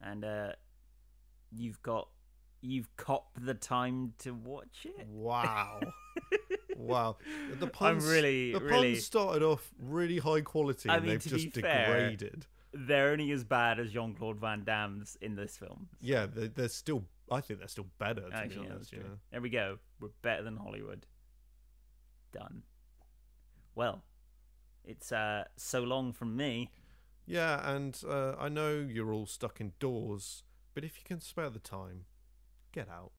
[SPEAKER 2] And uh, you've got you've copped the time to watch it. <laughs>
[SPEAKER 1] Wow. wow. The puns,
[SPEAKER 2] really-
[SPEAKER 1] the
[SPEAKER 2] really-
[SPEAKER 1] puns started off really high quality
[SPEAKER 2] I
[SPEAKER 1] and
[SPEAKER 2] mean,
[SPEAKER 1] they've
[SPEAKER 2] to be
[SPEAKER 1] just
[SPEAKER 2] fair-
[SPEAKER 1] degraded.
[SPEAKER 2] They're only as bad as Jean Claude Van Damme's in this film.
[SPEAKER 1] Yeah, they're, they're still, I think they're still better, to
[SPEAKER 2] Actually,
[SPEAKER 1] be
[SPEAKER 2] yeah,
[SPEAKER 1] honest.
[SPEAKER 2] that's
[SPEAKER 1] you know.
[SPEAKER 2] true. There we go. We're better than Hollywood. Done. Well, it's uh, so long from me.
[SPEAKER 1] Yeah, and uh, I know you're all stuck indoors, but if you can spare the time, get out.